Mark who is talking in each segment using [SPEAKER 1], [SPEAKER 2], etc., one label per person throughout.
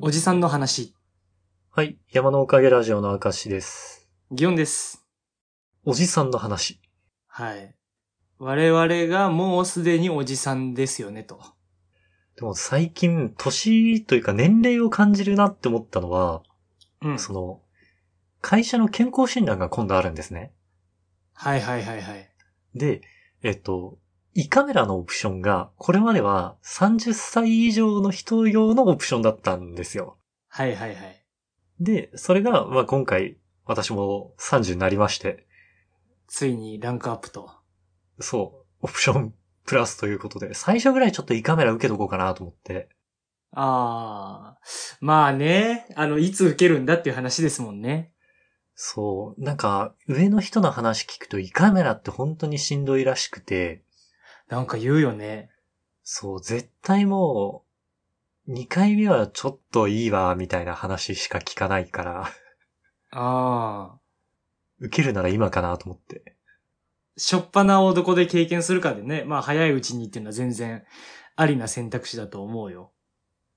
[SPEAKER 1] おじさんの話、
[SPEAKER 2] はい。山のおかげラジオの明石です。
[SPEAKER 1] ギオンです。
[SPEAKER 2] おじさんの話。
[SPEAKER 1] はい。我々がもうすでにおじさんですよね、と。
[SPEAKER 2] でも最近、年というか年齢を感じるなって思ったのは、
[SPEAKER 1] うん
[SPEAKER 2] その、会社の健康診断が今度あるんですね。
[SPEAKER 1] はいはいはいはい。
[SPEAKER 2] で、えっと、胃カメラのオプションが、これまでは30歳以上の人用のオプションだったんですよ。
[SPEAKER 1] はいはいはい。
[SPEAKER 2] で、それが、まあ今回、私も30になりまして、
[SPEAKER 1] ついにランクアップと。
[SPEAKER 2] そう、オプションプラスということで、最初ぐらいちょっと胃カメラ受けとこうかなと思って、
[SPEAKER 1] ああ。まあね、あの、いつ受けるんだっていう話ですもんね。
[SPEAKER 2] そう、なんか、上の人の話聞くと胃カメラって本当にしんどいらしくて、
[SPEAKER 1] なんか言うよね。
[SPEAKER 2] そう、絶対もう、2回目はちょっといいわ、みたいな話しか聞かないから、
[SPEAKER 1] ああ。
[SPEAKER 2] 受けるなら今かなと思って。
[SPEAKER 1] しょっぱなをどこで経験するかでね、まあ早いうちにっていうのは全然ありな選択肢だと思うよ。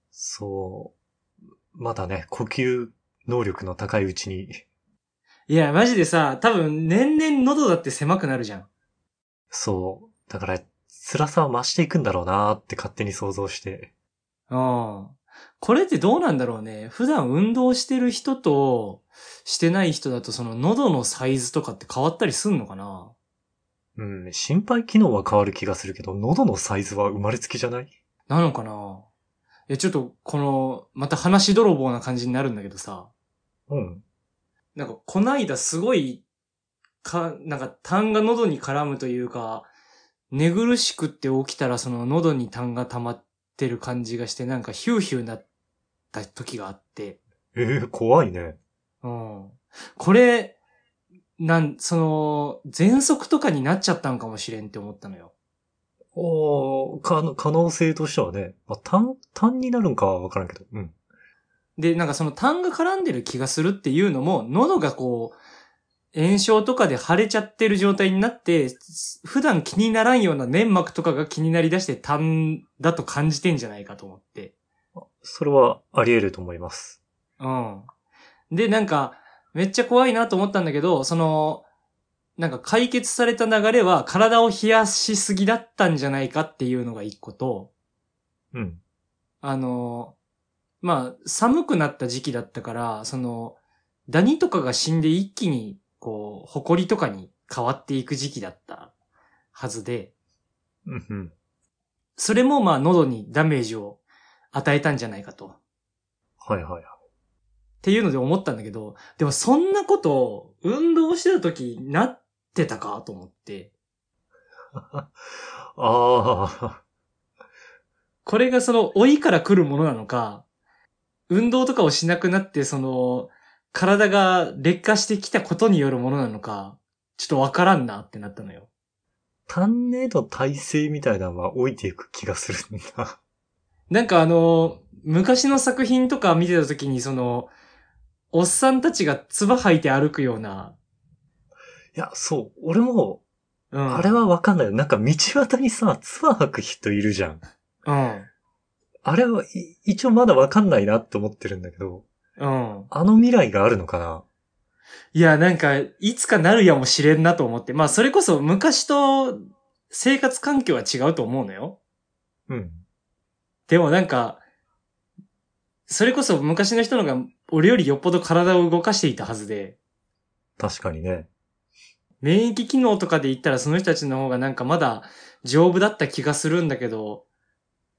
[SPEAKER 2] そう、まだね、呼吸能力の高いうちに、
[SPEAKER 1] いや、マジでさ、多分年々喉だって狭くなるじゃん。
[SPEAKER 2] そう、だから、辛さは増していくんだろうなって勝手に想像して、
[SPEAKER 1] うん。これってどうなんだろうね。普段運動してる人と、してない人だとその喉のサイズとかって変わったりすんのかな
[SPEAKER 2] うん、心肺機能は変わる気がするけど、喉のサイズは生まれつきじゃない
[SPEAKER 1] なのかないや、ちょっとこの、また話泥棒な感じになるんだけどさ。
[SPEAKER 2] うん。
[SPEAKER 1] なんか、こないだすごい、か、なんか、痰が喉に絡むというか、寝苦しくって起きたらその喉に痰が溜まってる感じがして、なんかヒューヒューなった時があって。
[SPEAKER 2] ええ怖いね。
[SPEAKER 1] うん。これ、なん、その、喘息とかになっちゃったんかもしれんって思ったのよ。
[SPEAKER 2] おーか、可能性としてはね。まあ、単、単になるんかはわからんけど。うん。
[SPEAKER 1] で、なんかその痰が絡んでる気がするっていうのも、喉がこう、炎症とかで腫れちゃってる状態になって、す普段気にならんような粘膜とかが気になりだして痰だと感じてんじゃないかと思って。
[SPEAKER 2] それはあり得ると思います。
[SPEAKER 1] うん。で、なんか、めっちゃ怖いなと思ったんだけど、その、なんか解決された流れは体を冷やしすぎだったんじゃないかっていうのが一個と、
[SPEAKER 2] うん。
[SPEAKER 1] あの、まあ、寒くなった時期だったから、その、ダニとかが死んで一気に、こう、埃とかに変わっていく時期だったはずで、
[SPEAKER 2] うん、うん。
[SPEAKER 1] それもまあ喉にダメージを与えたんじゃないかと。
[SPEAKER 2] はいはいは
[SPEAKER 1] っ
[SPEAKER 2] い。
[SPEAKER 1] ていうので思ったんだけど、でもそんなこと、運動してた時なってたかと思って。
[SPEAKER 2] ああ
[SPEAKER 1] これがその老いから来るものなのか、運動とかをしなくなって、その、体が劣化してきたことによるものなのか、ちょっとわからんなってなったのよ。
[SPEAKER 2] ー、単寧の体制みたいなのは置いていく気がするんだ。
[SPEAKER 1] なんかあの、昔の作品とか見てた時に、その、おっさんたちが唾吐いて歩くような、
[SPEAKER 2] いや、そう。俺も、
[SPEAKER 1] うん。
[SPEAKER 2] あれはわかんない。なんか道端にさ、ツアー吐く人いるじゃん。
[SPEAKER 1] うん。
[SPEAKER 2] あれは、い一応まだわかんないなって思ってるんだけど、
[SPEAKER 1] うん。
[SPEAKER 2] あの未来があるのかない
[SPEAKER 1] や、なんか、いつかなるやもしれんなと思って。まあ、それこそ昔と生活環境は違うと思うのよ。
[SPEAKER 2] うん。
[SPEAKER 1] でもなんか、それこそ昔の人のが俺よりよっぽど体を動かしていたはずで、
[SPEAKER 2] 確かにね。
[SPEAKER 1] 免疫機能とかで言ったらその人たちの方がなんかまだ丈夫だった気がするんだけど、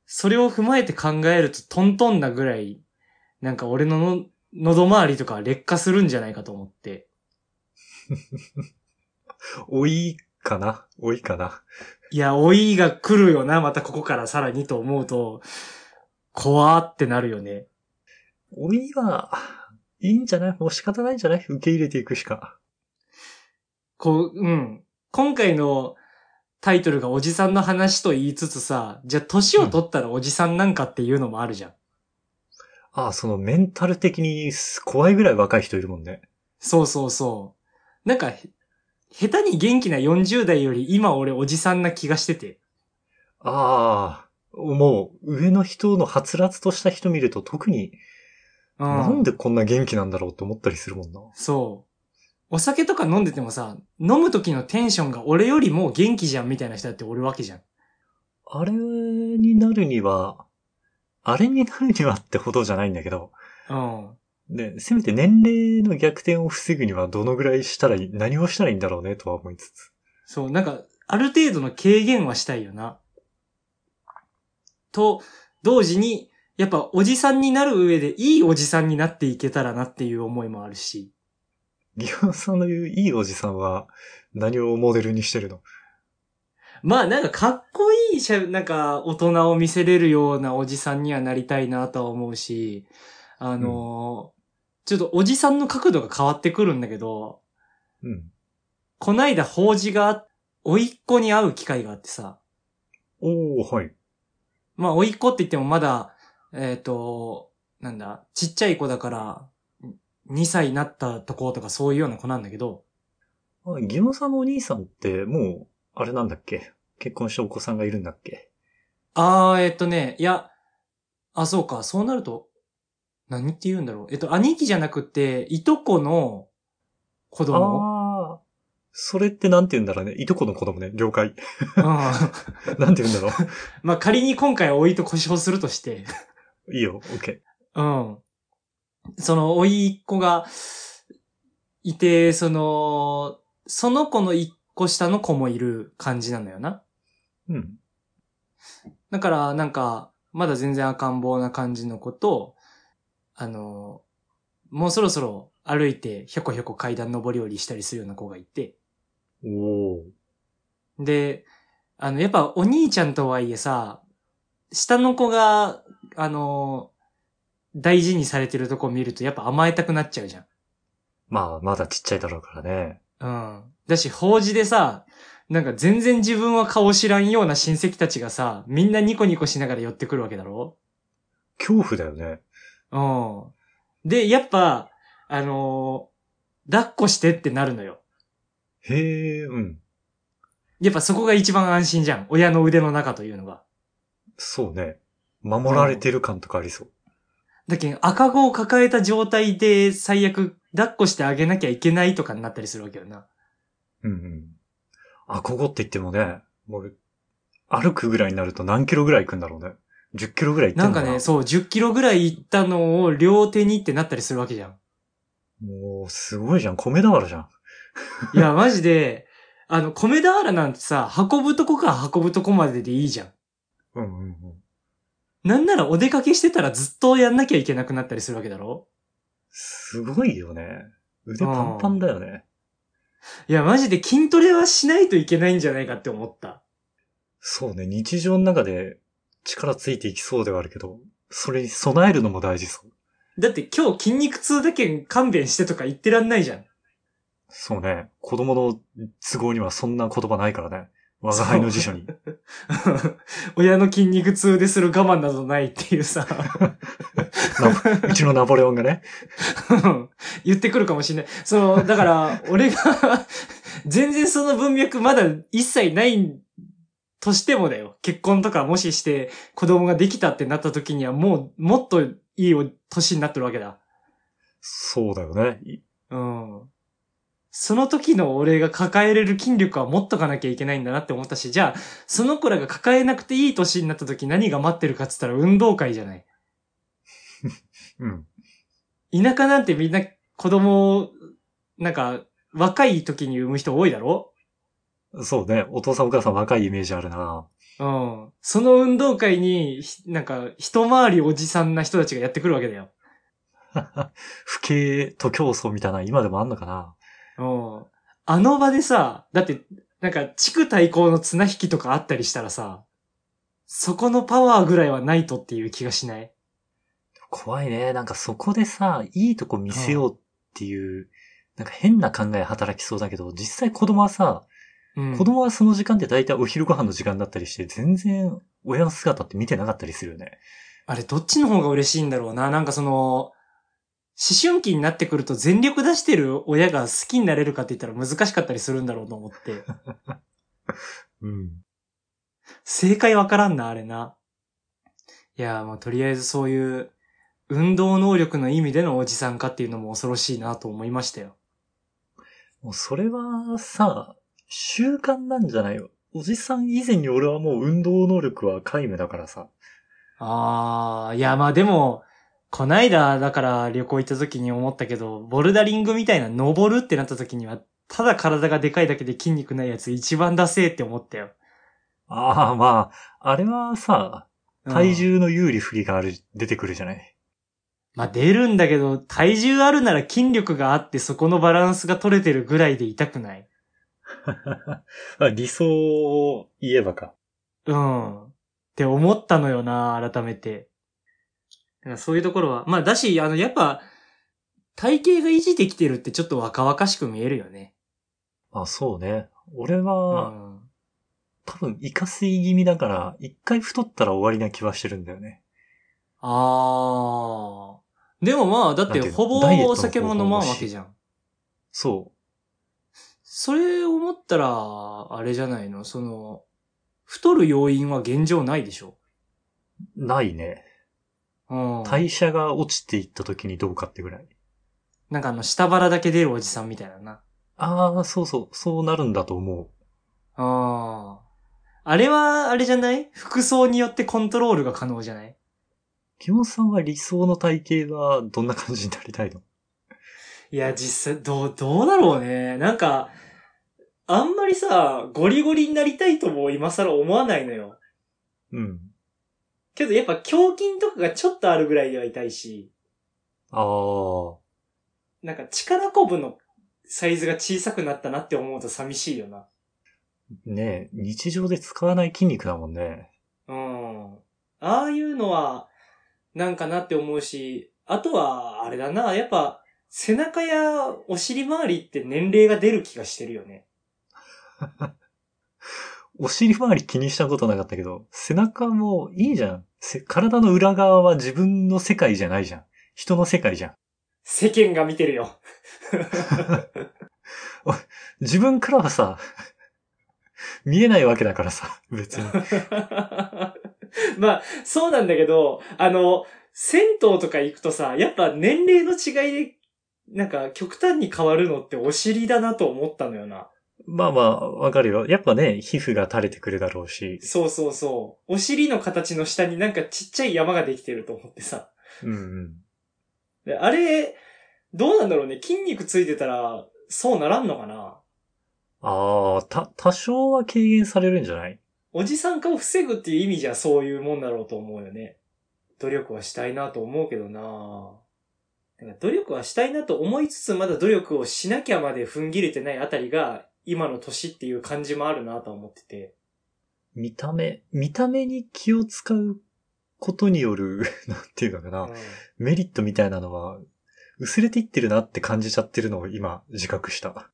[SPEAKER 1] それを踏まえて考えるとトントンなぐらい、なんか俺のの喉周りとかは劣化するんじゃないかと思って。
[SPEAKER 2] 老いかな老いかない
[SPEAKER 1] や、老いが来るよな、またここからさらにと思うと、怖ってなるよね。
[SPEAKER 2] 老いは、いいんじゃないもう仕方ないんじゃない受け入れていくしか。
[SPEAKER 1] こう、うん。今回のタイトルがおじさんの話と言いつつさ、じゃあ年を取ったらおじさんなんかっていうのもあるじゃん。
[SPEAKER 2] ああ、そのメンタル的に怖いぐらい若い人いるもんね。
[SPEAKER 1] そうそうそう。なんか、へ下手に元気な40代より今俺おじさんな気がしてて。
[SPEAKER 2] ああ、もう上の人のはつらつとした人見ると特に
[SPEAKER 1] う
[SPEAKER 2] なんでこんな元気なんだろうって思ったりするもんな。
[SPEAKER 1] そう。お酒とか飲んでてもさ、飲む時のテンションが俺よりも元気じゃんみたいな人だっておるわけじゃん。
[SPEAKER 2] あれになるには、あれになるにはってほどじゃないんだけど、
[SPEAKER 1] うん。
[SPEAKER 2] ね、せめて年齢の逆転を防ぐにはどのぐらいしたらいい、何をしたらいいんだろうねとは思いつつ。
[SPEAKER 1] そう、なんか、ある程度の軽減はしたいよな。と、同時に、やっぱおじさんになる上でいいおじさんになっていけたらなっていう思いもあるし。
[SPEAKER 2] ギオさんの言ういいおじさんは何をモデルにしてるの
[SPEAKER 1] まあなんかかっこいいしゃ、なんか大人を見せれるようなおじさんにはなりたいなとは思うし、あのーちょっとおじさんの角度が変わってくるんだけど、
[SPEAKER 2] うん。
[SPEAKER 1] こないだ法事があ、おいっ子に会う機会があってさ、
[SPEAKER 2] おー、はい。
[SPEAKER 1] まあ、甥いっ子って言ってもまだ、えっ、と、なんだ、ちっちゃい子だから、2歳になったとことかそういうような子なんだけど、
[SPEAKER 2] あギオさんのお兄さんってもう、あれなんだっけ結婚してお子さんがいるんだっけ
[SPEAKER 1] あー、えっ、とね、いや、あ、そうか、そうなると、何って言うんだろう。えっと、兄貴じゃなくて、いとこの子供。
[SPEAKER 2] ああ。それってなんて言うんだろうね。いとこの子供ね。了解。
[SPEAKER 1] うん、
[SPEAKER 2] なんて言うんだろ
[SPEAKER 1] まあ、仮に今回は甥いと故障するとして、
[SPEAKER 2] う。い いよ。オッケ
[SPEAKER 1] うん。その、甥いっ子が、いて、その、その子の一個下の子もいる感じなのよな。
[SPEAKER 2] ー。うん。
[SPEAKER 1] だから、なんか、まだ全然赤ん坊な感じの子と、あの、もうそろそろ歩いて、ひょこひょこ階段上り下りしたりするような子がいて。
[SPEAKER 2] おー。
[SPEAKER 1] で、あの、やっぱお兄ちゃんとはいえさ、下の子が、あの、大事にされてるとこ見ると、やっぱ甘えたくなっちゃうじゃん。
[SPEAKER 2] まあ、まだちっちゃいだろうからね。
[SPEAKER 1] うん。だし、法事でさ、なんか全然自分は顔知らんような親戚たちがさ、みんなニコニコしながら寄ってくるわけだろ
[SPEAKER 2] 恐怖だよね。
[SPEAKER 1] うん。で、やっぱ、あのー抱っこしてってなるのよ。
[SPEAKER 2] へえ、うん。
[SPEAKER 1] やっぱそこが一番安心じゃん。親の腕の中というのが。
[SPEAKER 2] そうね。守られてる感とかありそう。
[SPEAKER 1] だけど赤子を抱えた状態で最悪抱っこしてあげなきゃいけないとかになったりするわけよな。
[SPEAKER 2] うんうん。あ、ここって言ってもね、もう、歩くぐらいになると何キロぐらい行くんだろうね。10キロぐらい行って
[SPEAKER 1] なん
[SPEAKER 2] の
[SPEAKER 1] か
[SPEAKER 2] かな
[SPEAKER 1] ね、そう、10キロぐらい行ったのを両手にってなったりするわけじゃん。
[SPEAKER 2] もう、すごいじゃん。米俵じゃん。
[SPEAKER 1] いや、マジで、あの、米俵なんてさ、運ぶとこから運ぶとこまででいいじゃん。
[SPEAKER 2] うんうんうん。
[SPEAKER 1] なんならお出かけしてたらずっとやんなきゃいけなくなったりするわけだろ
[SPEAKER 2] すごいよね。腕パンパンだよね。
[SPEAKER 1] いや、マジで筋トレはしないといけないんじゃないかって思った。
[SPEAKER 2] そうね。日常の中で力ついていきそうではあるけど、それに備えるのも大事そう。
[SPEAKER 1] だって今日筋肉痛だけん勘弁してとか言ってらんないじゃん。
[SPEAKER 2] そうね。子供の都合にはそんな言葉ないからね。我が輩の辞書に。
[SPEAKER 1] 親の筋肉痛でする我慢などないっていうさ、
[SPEAKER 2] ナうちのナポレオンがね。
[SPEAKER 1] 言ってくるかもしれない。その、だから、俺が、全然その文脈まだ一切ないとしてもだよ。結婚とかもしして子供ができたってなった時にはもう、もっといいお年になってるわけだ。
[SPEAKER 2] そうだよね。い
[SPEAKER 1] うん。その時の俺が抱えれる筋力は持っとかなきゃいけないんだなって思ったし、じゃあ、その子らが抱えなくていい年になった時何が待ってるかって言ったら運動会じゃない。
[SPEAKER 2] うん。
[SPEAKER 1] 田舎なんてみんな子供を、なんか、若い時に産む人多いだろ
[SPEAKER 2] そうね。お父さんお母さん若いイメージあるな。
[SPEAKER 1] うん。その運動会に、ひなんか、一回りおじさんな人たちがやってくるわけだよ。
[SPEAKER 2] 不敬と競争みたいな、今でもあんのかな。
[SPEAKER 1] うん。あの場でさ、だって、なんか、地区対抗の綱引きとかあったりしたらさ、そこのパワーぐらいはないとっていう気がしない
[SPEAKER 2] 怖いね。なんかそこでさ、いいとこ見せようっていう、なんか変な考え働きそうだけど、実際子供はさ、
[SPEAKER 1] うん。
[SPEAKER 2] 子供はその時間って大体お昼ご飯の時間だったりして、全然親の姿って見てなかったりするよね。
[SPEAKER 1] あれ、どっちの方が嬉しいんだろうな。なんかその、思春期になってくると全力出してる親が好きになれるかって言ったら難しかったりするんだろうと思って。
[SPEAKER 2] うん。
[SPEAKER 1] 正解わからんな、あれな。いや、もうとりあえずそういう、運動能力の意味でのおじさん化っていうのも恐ろしいなと思いましたよ。
[SPEAKER 2] もうそれはさ、習慣なんじゃないよ。おじさん以前に俺はもう運動能力は皆無だからさ。
[SPEAKER 1] ああ、いやまあでも、こないだだから旅行行った時に思ったけど、ボルダリングみたいな登るってなった時には、ただ体がでかいだけで筋肉ないやつ一番ダセーって思ったよ。
[SPEAKER 2] ああ、まあ、あれはさ、
[SPEAKER 1] うん
[SPEAKER 2] 体重の有利不利がある、出てくるじゃない。
[SPEAKER 1] まあ出るんだけど、体重あるなら筋力があってそこのバランスが取れてるぐらいで痛くない。
[SPEAKER 2] まあ理想を言えばか。
[SPEAKER 1] うん。って思ったのよな、改めて。だからそういうところは。まあだし、あの、やっぱ、体型が維持できてるってちょっと若々しく見えるよね。
[SPEAKER 2] まあそうね。俺
[SPEAKER 1] う
[SPEAKER 2] は、
[SPEAKER 1] ん。
[SPEAKER 2] 多分、イカスイ気味だから、一回太ったら終わりな気はしてるんだよね。
[SPEAKER 1] あー。でもまあ、だって
[SPEAKER 2] だけど
[SPEAKER 1] ほぼ
[SPEAKER 2] ダイエットの
[SPEAKER 1] お酒も飲まんわけじゃん。
[SPEAKER 2] そ
[SPEAKER 1] それ思ったら、あれじゃないのその、太る要因は現状ないでしょ
[SPEAKER 2] う。ないね。
[SPEAKER 1] うん。
[SPEAKER 2] 代謝が落ちていった時にどうかってぐらい。
[SPEAKER 1] なんかあの、下腹だけ出るおじさんみたいなな。
[SPEAKER 2] ああ、そうそう、そうなるんだと思う。
[SPEAKER 1] あー。あれは、あれじゃない服装によってコントロールが可能じゃない
[SPEAKER 2] キモさんは理想の体型はどんな感じになりたいの
[SPEAKER 1] いや、実際、どう、どうだろうね。なんか、あんまりさ、ゴリゴリになりたいとも今更思わないのよ。
[SPEAKER 2] うん。
[SPEAKER 1] けどやっぱ胸筋とかがちょっとあるぐらいでは痛いし、
[SPEAKER 2] ああ。
[SPEAKER 1] なんか力こぶのサイズが小さくなったなって思うと寂しいよな。
[SPEAKER 2] ねえ、日常で使わない筋肉だもんね。
[SPEAKER 1] うん。ああいうのは、なんかなって思うし、あとは、あれだな、やっぱ、背中やお尻周りって年齢が出る気がしてるよね。
[SPEAKER 2] お尻周り気にしたことなかったけど、背中もいいじゃん。せ体の裏側は自分の世界じゃないじゃん。人の世界じゃん。
[SPEAKER 1] 世間が見てるよ。
[SPEAKER 2] 自分からはさ、見えないわけだからさ、別 に。
[SPEAKER 1] まあ、そうなんだけど、あの、銭湯とか行くとさ、やっぱ年齢の違いで、なんか極端に変わるのってお尻だなと思ったのよな。
[SPEAKER 2] まあまあ、わかるよ。やっぱね、皮膚が垂れてくるだろうし。
[SPEAKER 1] そうそうそう。お尻の形の下になんかちっちゃい山ができてると思ってさ。
[SPEAKER 2] うんうん。
[SPEAKER 1] であれ、どうなんだろうね。筋肉ついてたら、そうならんのかな
[SPEAKER 2] ああ、た、多少は軽減されるんじゃない
[SPEAKER 1] おじさん化を防ぐっていう意味じゃそういうもんだろうと思うよね。努力はしたいなと思うけどななんか努力はしたいなと思いつつまだ努力をしなきゃまで踏ん切れてないあたりが今の年っていう感じもあるなと思ってて。
[SPEAKER 2] 見た目、見た目に気を使うことによる、 なんていうのかな、
[SPEAKER 1] うん
[SPEAKER 2] メリットみたいなのは、薄れていってるなって感じちゃってるのを今、自覚した。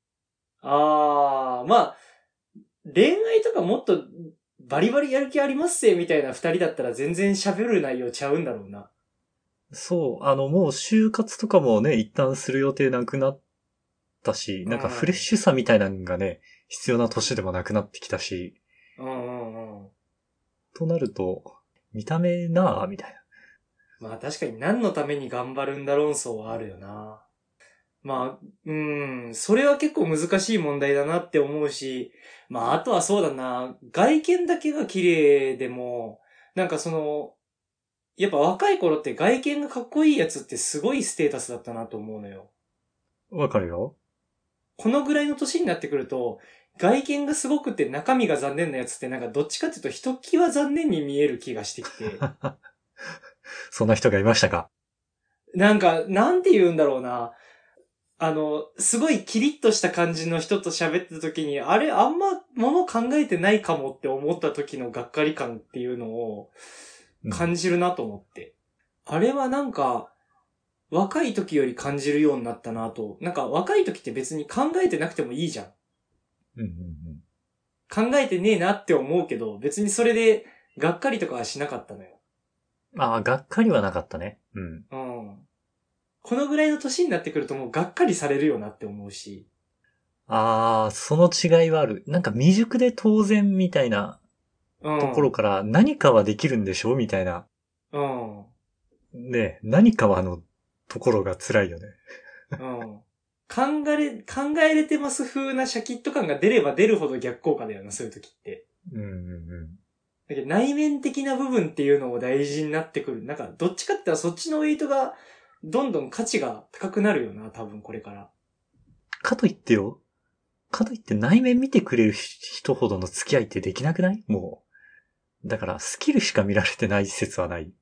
[SPEAKER 1] あー、まあ、恋愛とかもっとバリバリやる気ありますせみたいな二人だったら全然喋る内容ちゃうんだろうな。
[SPEAKER 2] そう、あの、もう就活とかもね、一旦する予定なくなったし、なんか
[SPEAKER 1] うん
[SPEAKER 2] フレッシュさみたいなのがね、必要な年でもなくなってきたし、
[SPEAKER 1] うんうんうん。
[SPEAKER 2] となると、見た目なぁ、みたいな。
[SPEAKER 1] まあ確かに何のために頑張るんだ論争はあるよな。まあ、うん、それは結構難しい問題だなって思うし、まああとはそうだな、外見だけが綺麗でも、なんかその、やっぱ若い頃って外見がかっこいいやつってすごいステータスだったなと思うのよ。
[SPEAKER 2] わかるよ
[SPEAKER 1] このぐらいの年になってくると、外見がすごくて中身が残念なやつってなんかどっちかっていうとひときわ残念に見える気がしてき て。
[SPEAKER 2] そんな人がいましたか
[SPEAKER 1] なんか、なんて言うんだろうな。あの、すごいキリッとした感じの人と喋った時に、あれ、あんま物考えてないかもって思った時のがっかり感っていうのを
[SPEAKER 2] うん
[SPEAKER 1] 感じるなと思って。あれはなんか、若い時より感じるようになったなと。なんか若い時って別に考えてなくてもいいじゃん。
[SPEAKER 2] うんうんうん。
[SPEAKER 1] 考えてねえなって思うけど、別にそれでがっかりとかはしなかったのよ。
[SPEAKER 2] ああ、がっかりはなかったね。うん。
[SPEAKER 1] うん。このぐらいの年になってくるともうがっかりされるよなって思うし。
[SPEAKER 2] ああ、その違いはある。なんか未熟で当然みたいな
[SPEAKER 1] うん
[SPEAKER 2] ところから何かはできるんでしょみたいな。
[SPEAKER 1] うん。
[SPEAKER 2] ね、何かはあの、ところが辛いよね。
[SPEAKER 1] うん。考えれ、考えれてます風なシャキッと感が出れば出るほど逆効果だよな、そういう時って。
[SPEAKER 2] うんうんうん。
[SPEAKER 1] だけど内面的な部分っていうのも大事になってくる。なんか、どっちかって言ったらそっちのウェイトが、どんどん価値が高くなるよな、多分これから。
[SPEAKER 2] かといってよ、かといって内面見てくれる人ほどの付き合いってできなくないもう。だから、スキルしか見られてない説はない。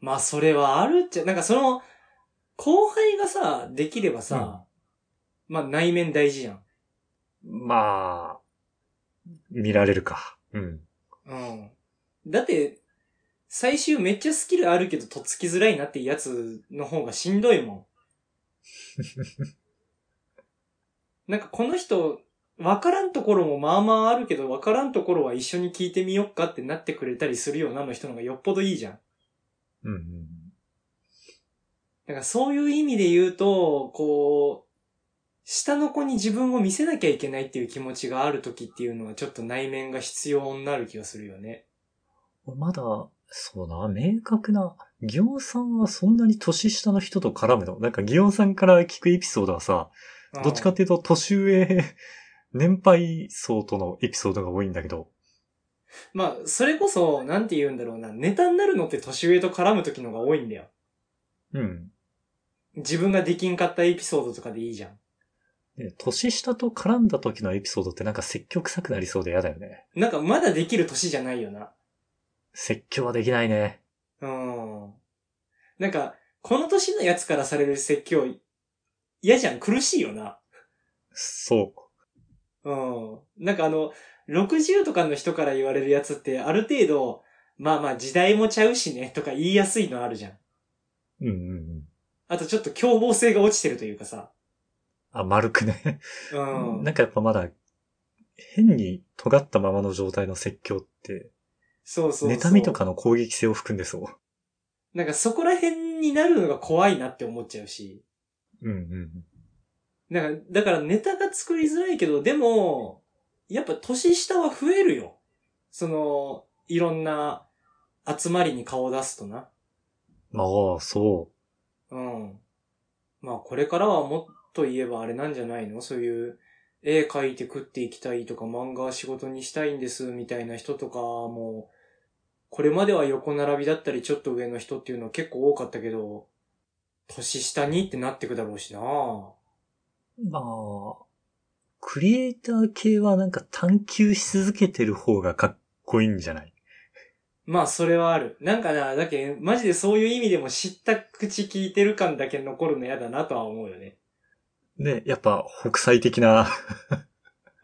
[SPEAKER 1] まあ、それはあるっちゃ、なんかその、後輩がさ、できればさ、まあ内面大事じゃん。
[SPEAKER 2] まあ、見られるか。うん。
[SPEAKER 1] うん。だって、最終めっちゃスキルあるけど、とっつきづらいなってやつの方がしんどい もん。なんかこの人、わからんところもまあまああるけど、わからんところは一緒に聞いてみよっかってなってくれたりするようなの人の方がよっぽどいいじゃん。
[SPEAKER 2] うんうん。
[SPEAKER 1] だからそういう意味で言うと、こう、下の子に自分を見せなきゃいけないっていう気持ちがある時っていうのはちょっと内面が必要になる気がするよね。
[SPEAKER 2] 俺まだ、そうな、明確な、ギオンさんはそんなに年下の人と絡むのなんかギオンさんから聞くエピソードはさ、
[SPEAKER 1] うん
[SPEAKER 2] どっちかっていうと年上、年配層とのエピソードが多いんだけど、
[SPEAKER 1] まあ、それこそ、なんて言うんだろうな、ネタになるのって年上と絡む時のが多いんだよ。
[SPEAKER 2] うん。
[SPEAKER 1] 自分ができんかったエピソードとかでいいじゃん。
[SPEAKER 2] ね年下と絡んだ時のエピソードってなんか説教臭くなりそうで嫌だよね。
[SPEAKER 1] なんかまだできる年じゃないよな。
[SPEAKER 2] 説教はできないね。
[SPEAKER 1] うん。なんか、この年のやつからされる説教、嫌じゃん、苦しいよな。
[SPEAKER 2] そ
[SPEAKER 1] うん。なんかあの、60とかの人から言われるやつって、ある程度、まあまあ時代もちゃうしね、とか言いやすいのあるじゃん。
[SPEAKER 2] う。うんうんうん。
[SPEAKER 1] あとちょっと凶暴性が落ちてるというかさ。
[SPEAKER 2] あ、丸くね。
[SPEAKER 1] うん。
[SPEAKER 2] なんかやっぱまだ、変に尖ったままの状態の説教って、
[SPEAKER 1] そうそうそう。
[SPEAKER 2] 妬みとかの攻撃性を含んでそう。
[SPEAKER 1] なんかそこら辺になるのが怖いなって思っちゃうし。
[SPEAKER 2] うんうん
[SPEAKER 1] なんか、だからネタが作りづらいけど、でも、やっぱ年下は増えるよ。その、いろんな集まりに顔を出すとな。
[SPEAKER 2] うん。ああ、そ
[SPEAKER 1] うん。まあこれからはもっと言えばあれなんじゃないのそういう、絵描いて食っていきたいとか漫画は仕事にしたいんですみたいな人とかも、これまでは横並びだったりちょっと上の人っていうのは結構多かったけど、年下にってなってくだろうしな
[SPEAKER 2] う。まあ、クリエイター系はなんか探求し続けてる方がかっこいいんじゃない
[SPEAKER 1] まあそれはある。なんかな、だけマジでそういう意味でも知った口聞いてる感だけ残るの嫌だなとは思うよね。
[SPEAKER 2] ね、やっぱ北斎的な、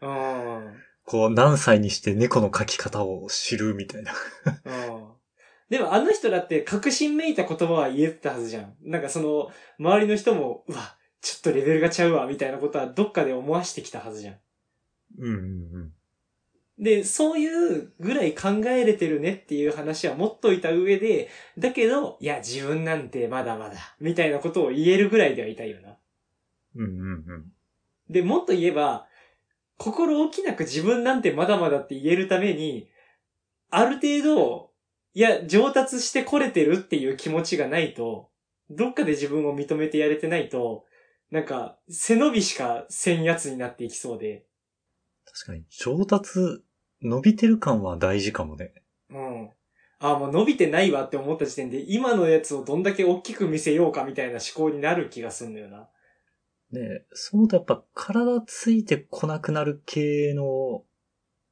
[SPEAKER 1] うん。
[SPEAKER 2] こう何歳にして猫の描き方を知るみたいな。
[SPEAKER 1] うんでもあの人だって確信めいた言葉は言えてたはずじゃん。なんかその、周りの人も、うわ、ちょっとレベルがちゃうわ、みたいなことはどっかで思わしてきたはずじゃん。
[SPEAKER 2] うんうんうん。
[SPEAKER 1] で、そういうぐらい考えれてるねっていう話は持っといた上で、だけど、いや、自分なんてまだまだ、みたいなことを言えるぐらいではいたいよな。
[SPEAKER 2] うんうんうん。
[SPEAKER 1] で、もっと言えば、心置きなく自分なんてまだまだって言えるために、ある程度、いや、上達してこれてるっていう気持ちがないと、どっかで自分を認めてやれてないと、なんか、背伸びしかせんやつになっていきそうで。
[SPEAKER 2] 確かに、上達、伸びてる感は大事かもね。
[SPEAKER 1] うん。あ、もう伸びてないわって思った時点で、今のやつをどんだけ大きく見せようかみたいな思考になる気がすんのよな。
[SPEAKER 2] ねそう思うとやっぱ体ついてこなくなる系の、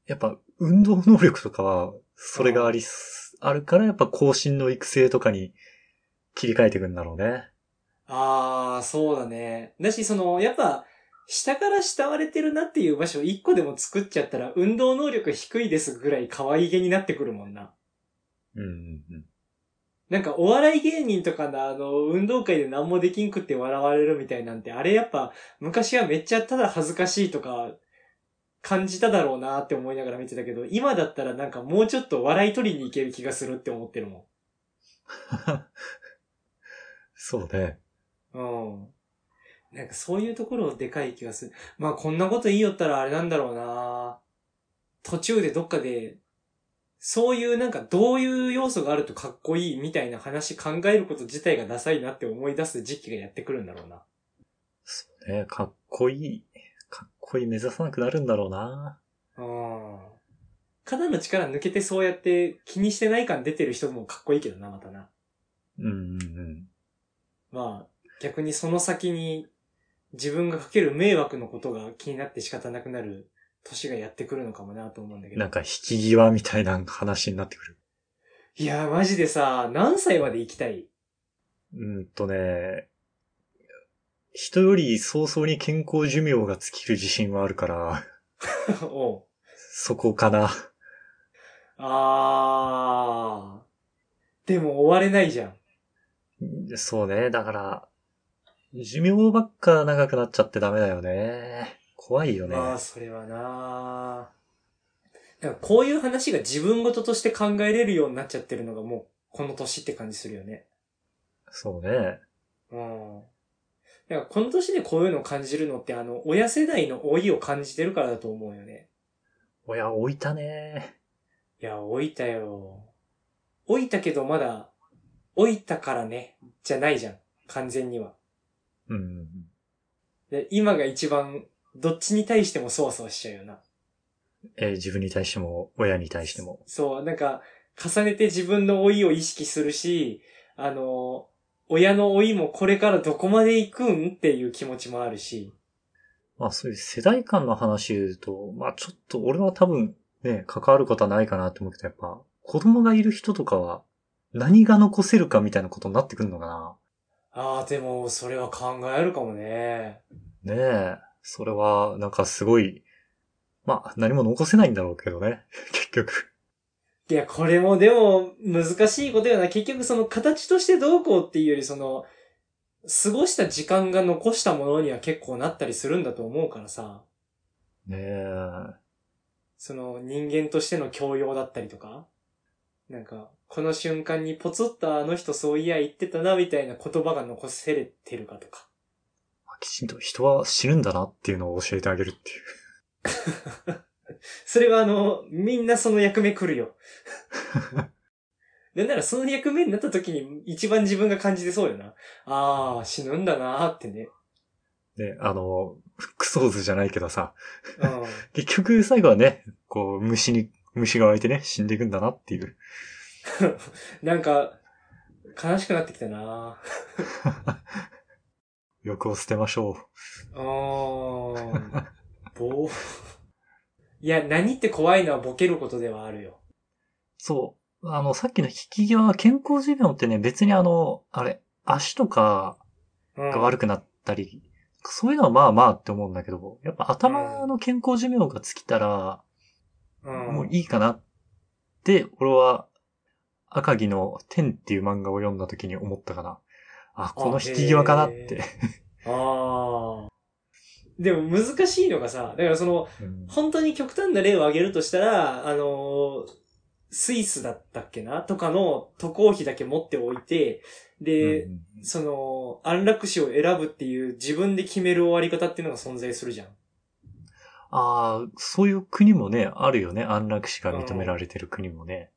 [SPEAKER 2] やっぱ運動能力とかは、それがありす、あるからやっぱ更新の育成とかに切り替えていくんだろうね。
[SPEAKER 1] ああ、そうだね。だし、その、やっぱ、下から慕われてるなっていう場所を一個でも作っちゃったら、運動能力低いですぐらい可愛げになってくるもんな。
[SPEAKER 2] うんうんうん。
[SPEAKER 1] なんか、お笑い芸人とかのあの、運動会で何もできんくって笑われるみたいなんて、あれやっぱ、昔はめっちゃただ恥ずかしいとか、感じただろうなって思いながら見てたけど、今だったらなんかもうちょっと笑い取りに行ける気がするって思ってるもん。
[SPEAKER 2] そうね。
[SPEAKER 1] うん。なんかそういうところでかい気がする。まあこんなこと言いよったらあれなんだろうな途中でどっかで、そういうなんかどういう要素があるとかっこいいみたいな話考えること自体がダサいなって思い出す時期がやってくるんだろうな。
[SPEAKER 2] そうね、かっこいい。かっこいい目指さなくなるんだろうな。
[SPEAKER 1] うん。肩の力抜けてそうやって気にしてない感出てる人もかっこいいけどな、またな。
[SPEAKER 2] うんうんうん。
[SPEAKER 1] まあ、逆にその先に自分がかける迷惑のことが気になって仕方なくなる年がやってくるのかもなと思うんだけど
[SPEAKER 2] なん。か引き際みたいな話になってくる。
[SPEAKER 1] いやー、マジでさ、何歳まで生きたい
[SPEAKER 2] うんとね、人より早々に健康寿命が尽きる自信はあるから、
[SPEAKER 1] おう
[SPEAKER 2] そこかな。
[SPEAKER 1] あー。でも終われないじゃん。
[SPEAKER 2] そうね、だから、寿命ばっか長くなっちゃってダメだよね。怖いよね。
[SPEAKER 1] まあ、それはなだからこういう話が自分事として考えれるようになっちゃってるのがもう、この年って感じするよね。
[SPEAKER 2] そうね。
[SPEAKER 1] うん。だからこの年でこういうのを感じるのって、あの、親世代の老いを感じてるからだと思うよね。
[SPEAKER 2] 親置いたね。
[SPEAKER 1] いや、老いたよ。老いたけどまだ、老いたからね、じゃないじゃん。完全には。
[SPEAKER 2] うん。
[SPEAKER 1] で今が一番、どっちに対してもそわそわしちゃうよな。
[SPEAKER 2] えー自分に対しても、親に対しても。
[SPEAKER 1] そう、なんか、重ねて自分の老いを意識するし、あの、親の老いもこれからどこまで行くんっていう気持ちもあるし。
[SPEAKER 2] まあそういう世代間の話で言うと、まあちょっと俺は多分ね、関わることはないかなって思うけど、やっぱ子供がいる人とかは何が残せるかみたいなことになってくるのかな。
[SPEAKER 1] ああ、でも、それは考えるかもね。
[SPEAKER 2] ねえ、それはなんかすごい、まあ何も残せないんだろうけどね、 結局。
[SPEAKER 1] いや、これもでも難しいことよな。結局その形としてどうこうっていうより、その、過ごした時間が残したものには結構なったりするんだと思うからさ。
[SPEAKER 2] ねえ、
[SPEAKER 1] その人間としての教養だったりとか。なんか、この瞬間にポツッとあの人そういや言ってたなみたいな言葉が残せれてるかとか。
[SPEAKER 2] まあきちんと人は死ぬんだなっていうのを教えてあげるっていう。
[SPEAKER 1] それはあの、みんなその役目来るよ。なんならその役目になった時に一番自分が感じてそうよな。ああ、死ぬんだなーってね。
[SPEAKER 2] ね、あの、クソーズじゃないけどさ、
[SPEAKER 1] うん。
[SPEAKER 2] 結局最後はね、こう虫に、虫が湧いてね、死んでいくんだなっていう。
[SPEAKER 1] なんか、悲しくなってきたな
[SPEAKER 2] 欲を捨てましょう。
[SPEAKER 1] あー。ぼいや、何って怖いのはボケることではあるよ。
[SPEAKER 2] そう。あの、さっきの引き際は健康寿命ってね、別にあの、あれ、足とか
[SPEAKER 1] うん
[SPEAKER 2] が悪くなったり、そういうのはまあまあって思うんだけど、やっぱ頭の健康寿命が尽きたら、
[SPEAKER 1] うん。
[SPEAKER 2] もういいかなって、俺は、赤木の天っていう漫画を読んだ時に思ったかな。あ、この引き際かなっ
[SPEAKER 1] へ
[SPEAKER 2] て。
[SPEAKER 1] あー。でも難しいのがさ、だからその、
[SPEAKER 2] うん
[SPEAKER 1] 本当に極端な例を挙げるとしたら、あのースイスだったっけなとかの渡航費だけ持っておいて、で、
[SPEAKER 2] うん
[SPEAKER 1] その、安楽死を選ぶっていう自分で決める終わり方っていうのが存在するじゃん。
[SPEAKER 2] ああ、そういう国もね、あるよね。安楽死が認められてる国もね。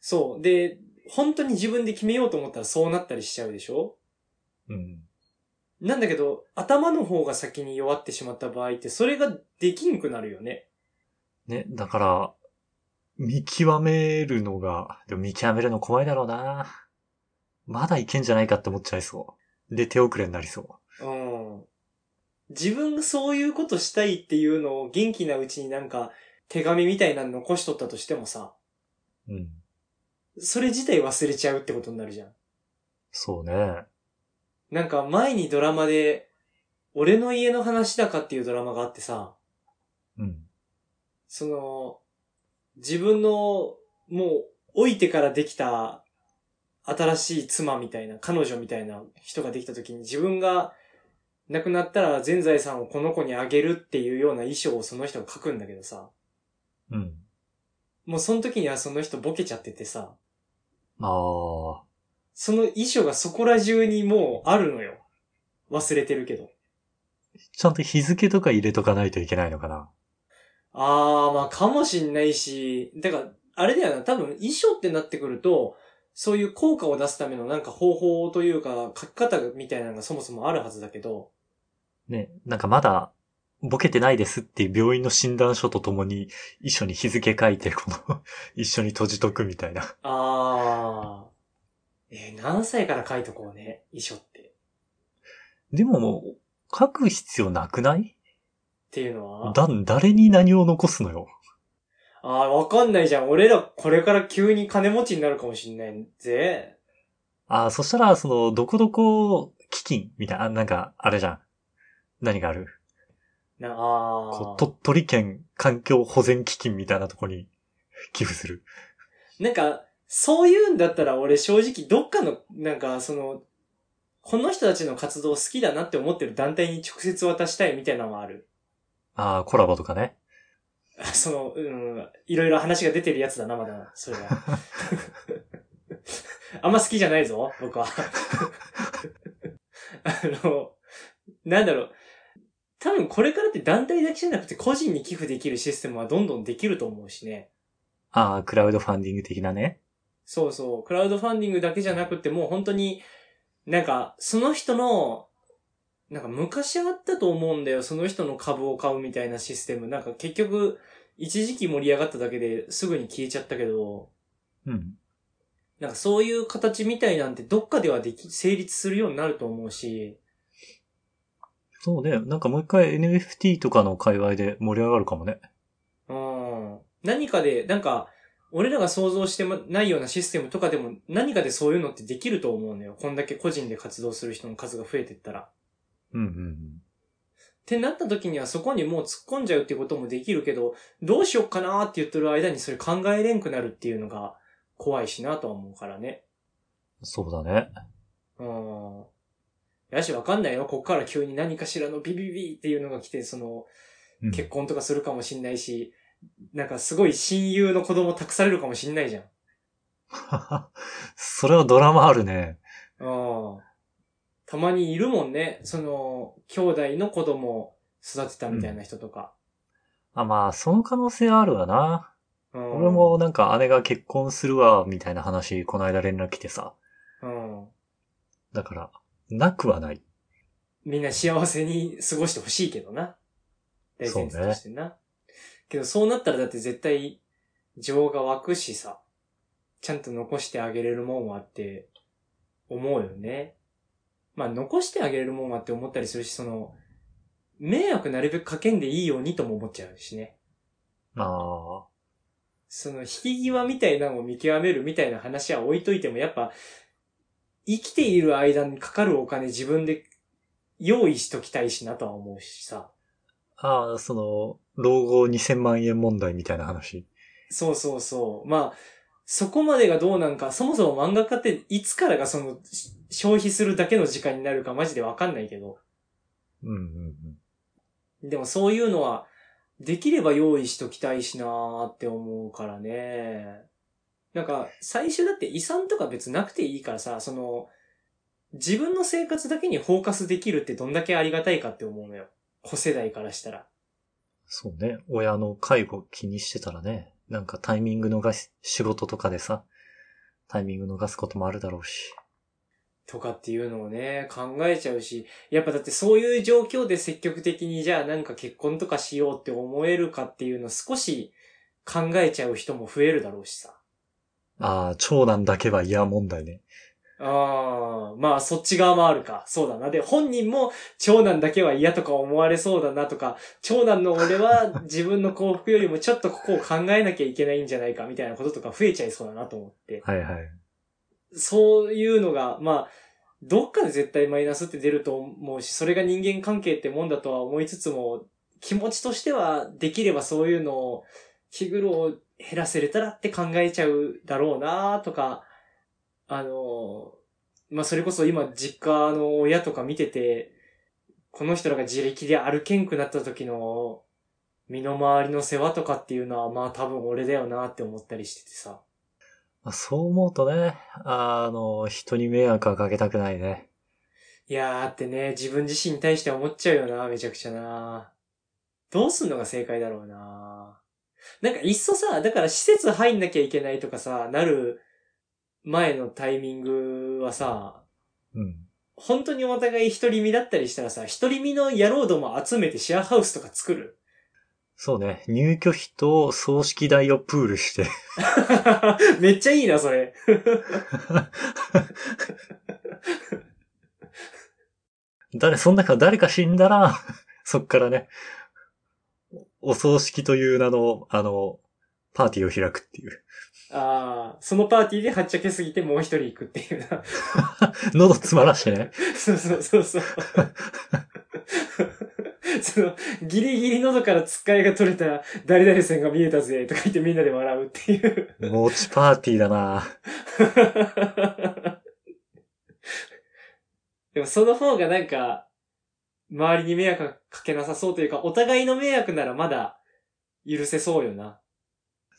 [SPEAKER 1] そう。で、本当に自分で決めようと思ったらそうなったりしちゃうでしょ
[SPEAKER 2] うん。
[SPEAKER 1] なんだけど、頭の方が先に弱ってしまった場合って、それができんくなるよね。
[SPEAKER 2] ね、だから、見極めるのが、でも見極めるの怖いだろうな。まだいけんじゃないかって思っちゃいそう。で、手遅れになりそ
[SPEAKER 1] うん。自分がそういうことしたいっていうのを元気なうちになんか手紙みたいなの残しとったとしてもさ、
[SPEAKER 2] う。うん。
[SPEAKER 1] それ自体忘れちゃうってことになるじゃん。
[SPEAKER 2] そうね。
[SPEAKER 1] なんか前にドラマで、俺の家の話だかっていうドラマがあってさ、
[SPEAKER 2] うん。
[SPEAKER 1] その、自分の、もう、老いてからできた、新しい妻みたいな、彼女みたいな人ができた時に自分が亡くなったら全財産をこの子にあげるっていうような衣装をその人が書くんだけどさ、
[SPEAKER 2] うん。
[SPEAKER 1] もうその時にはその人ボケちゃっててさ、
[SPEAKER 2] ああ、
[SPEAKER 1] その衣装がそこら中にもうあるのよ。忘れてるけど。
[SPEAKER 2] ちゃんと日付とか入れとかないといけないのかな。
[SPEAKER 1] あー、まあかもしんないし、だから、あれだよな、多分衣装ってなってくると、そういう効果を出すためのなんか方法というか、書き方みたいなのがそもそもあるはずだけど、
[SPEAKER 2] ね、なんかまだ、ボケてないですっていう病院の診断書とともに、一緒に日付書いて、この、 一緒に閉じとくみたいな。
[SPEAKER 1] あー。えー何歳から書いとこうね、遺書って。っ
[SPEAKER 2] でももう、書く必要なくない
[SPEAKER 1] ていうのは。
[SPEAKER 2] だ、誰に何を残すのよ。
[SPEAKER 1] あー、わかんないじゃん。俺らこれから急に金持ちになるかもしんないぜ。
[SPEAKER 2] ああ、そしたら、その、どこどこ基金みたいな、あなんか、あれじゃん。何がある
[SPEAKER 1] な、あ
[SPEAKER 2] こ
[SPEAKER 1] ー。
[SPEAKER 2] う鳥取県環境保全基金みたいなとこに寄付する。
[SPEAKER 1] なんか、そういうんだったら俺正直どっかの、なんかその、この人たちの活動好きだなって思ってる団体に直接渡したいみたいなのはある。
[SPEAKER 2] ああ、コラボとかね。
[SPEAKER 1] あその、うん、いろいろ話が出てるやつだな、まだ、それは。 あんま好きじゃないぞ、僕は。 あの、なんだろう。多分これからって団体だけじゃなくて個人に寄付できるシステムはどんどんできると思うしね。
[SPEAKER 2] ああ、クラウドファンディング的なね。
[SPEAKER 1] そうそう。クラウドファンディングだけじゃなくてもう本当に、なんか、その人の、なんか昔あったと思うんだよ。その人の株を買うみたいなシステム。なんか結局、一時期盛り上がっただけですぐに消えちゃったけど、
[SPEAKER 2] うん。
[SPEAKER 1] なんかそういう形みたいなんてどっかではでき、成立するようになると思うし、
[SPEAKER 2] そうね。なんかもう一回 NFT とかの界隈で盛り上がるかもね。
[SPEAKER 1] うん。何かで、なんか、俺らが想像してもないようなシステムとかでも何かでそういうのってできると思うのよ。こんだけ個人で活動する人の数が増えてったら。
[SPEAKER 2] うんうんうん。
[SPEAKER 1] ってなった時にはそこにもう突っ込んじゃうっていうこともできるけど、どうしよっかなーって言ってる間にそれ考えれんくなるっていうのが怖いしなとは思うからね。
[SPEAKER 2] そうだね。
[SPEAKER 1] うん。やし、わかんないよ。こっから急に何かしらのビビビっていうのが来て、その、
[SPEAKER 2] うん
[SPEAKER 1] 結婚とかするかもしんないし、なんかすごい親友の子供託されるかもしんないじゃん。
[SPEAKER 2] それはドラマあるね。
[SPEAKER 1] うん。たまにいるもんね。その、兄弟の子供育てたみたいな人とか。
[SPEAKER 2] あ、まあ、その可能性あるわな。
[SPEAKER 1] うん。
[SPEAKER 2] 俺もなんか姉が結婚するわ、みたいな話、この間連絡来てさ。
[SPEAKER 1] うん。
[SPEAKER 2] だから、なくはない。
[SPEAKER 1] みんな幸せに過ごしてほしいけどな。大前提としてな。けどそうなったらだって絶対情が湧くしさ、ちゃんと残してあげれるもんはって思うよね。まあ残してあげれるもんはって思ったりするし、その、迷惑なるべくかけんでいいようにとも思っちゃうしね。
[SPEAKER 2] ああ、
[SPEAKER 1] その、引き際みたいなのを見極めるみたいな話は置いといても、やっぱ、生きている間にかかるお金自分で用意しときたいしなとは思うしさ。
[SPEAKER 2] ああ、その、老後2000万円問題みたいな話。
[SPEAKER 1] そうそうそう。まあ、そこまでがどうなんか、そもそも漫画家っていつからがその、し消費するだけの時間になるかマジでわかんないけど。
[SPEAKER 2] うんうんうん。
[SPEAKER 1] でもそういうのは、できれば用意しときたいしなーって思うからね。なんか、最終だって遺産とか別なくていいからさ、その、自分の生活だけにフォーカスできるってどんだけありがたいかって思うのよ。子世代からしたら。
[SPEAKER 2] そうね。親の介護気にしてたらね、なんかタイミング逃し、仕事とかでさ、タイミング逃すこともあるだろうし。
[SPEAKER 1] とかっていうのをね、考えちゃうし、やっぱだってそういう状況で積極的にじゃあなんか結婚とかしようって思えるかっていうの少し考えちゃう人も増えるだろうしさ。
[SPEAKER 2] ああ、長男だけは嫌問題ね。
[SPEAKER 1] ああ、まあそっち側もあるか。そうだな。で、本人も長男だけは嫌とか思われそうだなとか、長男の俺は自分の幸福よりもちょっとここを考えなきゃいけないんじゃないかみたいなこととか増えちゃいそうだなと思って。
[SPEAKER 2] はいはい。
[SPEAKER 1] そういうのが、まあ、どっかで絶対マイナスって出ると思うし、それが人間関係ってもんだとは思いつつも、気持ちとしてはできればそういうのを、気苦労を減らせれたらって考えちゃうだろうなとか、あの、まあ、それこそ今実家の親とか見てて、この人らが自力で歩けんくなった時の身の回りの世話とかっていうのはまあ多分俺だよなって思ったりしててさ。
[SPEAKER 2] まあそう思うとね、あの、人に迷惑はかけたくないね。
[SPEAKER 1] いやーってね、自分自身に対して思っちゃうよな、めちゃくちゃな。どうすんのが正解だろうな。なんかいっそさ、だから施設入んなきゃいけないとかさ、なる前のタイミングはさ、
[SPEAKER 2] うん。
[SPEAKER 1] 本当にお互い独り身だったりしたらさ、独り身の野郎ども集めてシェアハウスとか作る。
[SPEAKER 2] そうね。入居費と葬式代をプールして。
[SPEAKER 1] めっちゃいいな、それ。
[SPEAKER 2] 誰、その中誰か死んだら、 そっからね、おお葬式という名の、あの、パーティーを開くっていう。
[SPEAKER 1] ああ、そのパーティーではっちゃけすぎてもう一人行くっていうな。
[SPEAKER 2] 喉詰まらしてね。
[SPEAKER 1] そうそうそうそう。その、ギリギリ喉からつっかえが取れた誰々さんが見えたぜとか言ってみんなで笑うっていう。
[SPEAKER 2] 持ちパーティーだな
[SPEAKER 1] でもその方がなんか、周りに迷惑かけなさそうというか、お互いの迷惑ならまだ許せそうよな。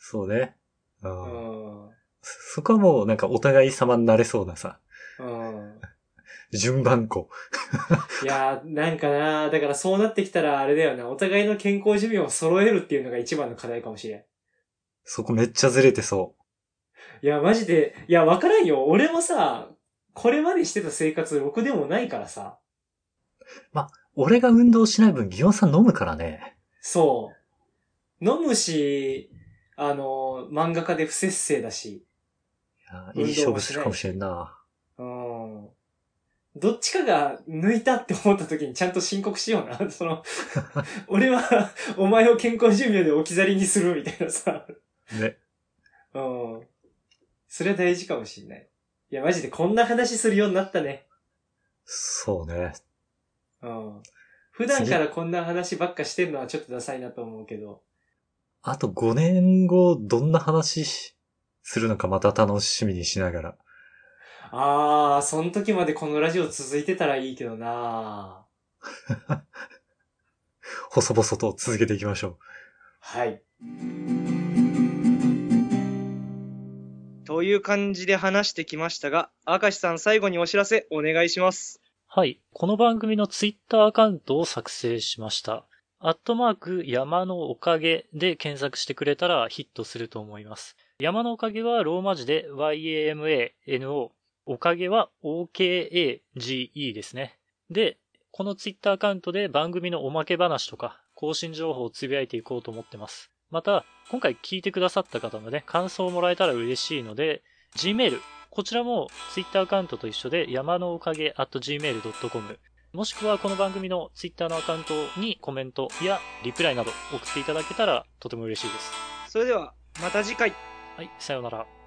[SPEAKER 2] そうね。う
[SPEAKER 1] うんん。う
[SPEAKER 2] そこはもうなんかお互い様になれそうなさ、
[SPEAKER 1] ん。
[SPEAKER 2] 順番こ
[SPEAKER 1] いやー、なんかなー、だからそうなってきたらあれだよな、お互いの健康寿命を揃えるっていうのが一番の課題かもしれん。
[SPEAKER 2] そこめっちゃずれてそ
[SPEAKER 1] いや、マジで、いや、わからんよ。俺もさ、これまでしてた生活、ろくでもないからさ。
[SPEAKER 2] う。俺が運動しない分、ギオンさん飲むからね。
[SPEAKER 1] そう。飲むし、あの、漫画家で不節制だし。
[SPEAKER 2] いやいい勝負するかもしれんな
[SPEAKER 1] うん。どっちかが抜いたって思った時にちゃんと申告しような。 その、俺は、お前を健康寿命で置き去りにするみたいなさ。
[SPEAKER 2] ね。
[SPEAKER 1] うん。それは大事かもしんない。いや、マジでこんな話するようになったね。
[SPEAKER 2] そうね。
[SPEAKER 1] うん普段からこんな話ばっかしてるのはちょっとダサいなと思うけど。
[SPEAKER 2] あと5年後、どんな話しするのかまた楽しみにしながら。
[SPEAKER 1] あー、その時までこのラジオ続いてたらいいけどな
[SPEAKER 2] 細々と続けていきましょう。
[SPEAKER 1] はい。という感じで話してきましたが、明石さん最後にお知らせお願いします。
[SPEAKER 3] はい。この番組のツイッターアカウントを作成しました。アットマーク山のおかげで検索してくれたらヒットすると思います。山のおかげはローマ字で YAMANO。おかげは OKAGE ですね。で、このツイッターアカウントで番組のおまけ話とか更新情報をつぶやいていこうと思ってます。また、今回聞いてくださった方のね、感想をもらえたら嬉しいので、Gmail、こちらも Twitter アカウントと一緒で山のおかげ at gmail.com もしくはこの番組の Twitter のアカウントにコメントやリプライなど送っていただけたらとても嬉しいです。
[SPEAKER 1] それでは、また次回。
[SPEAKER 3] はい、さようなら。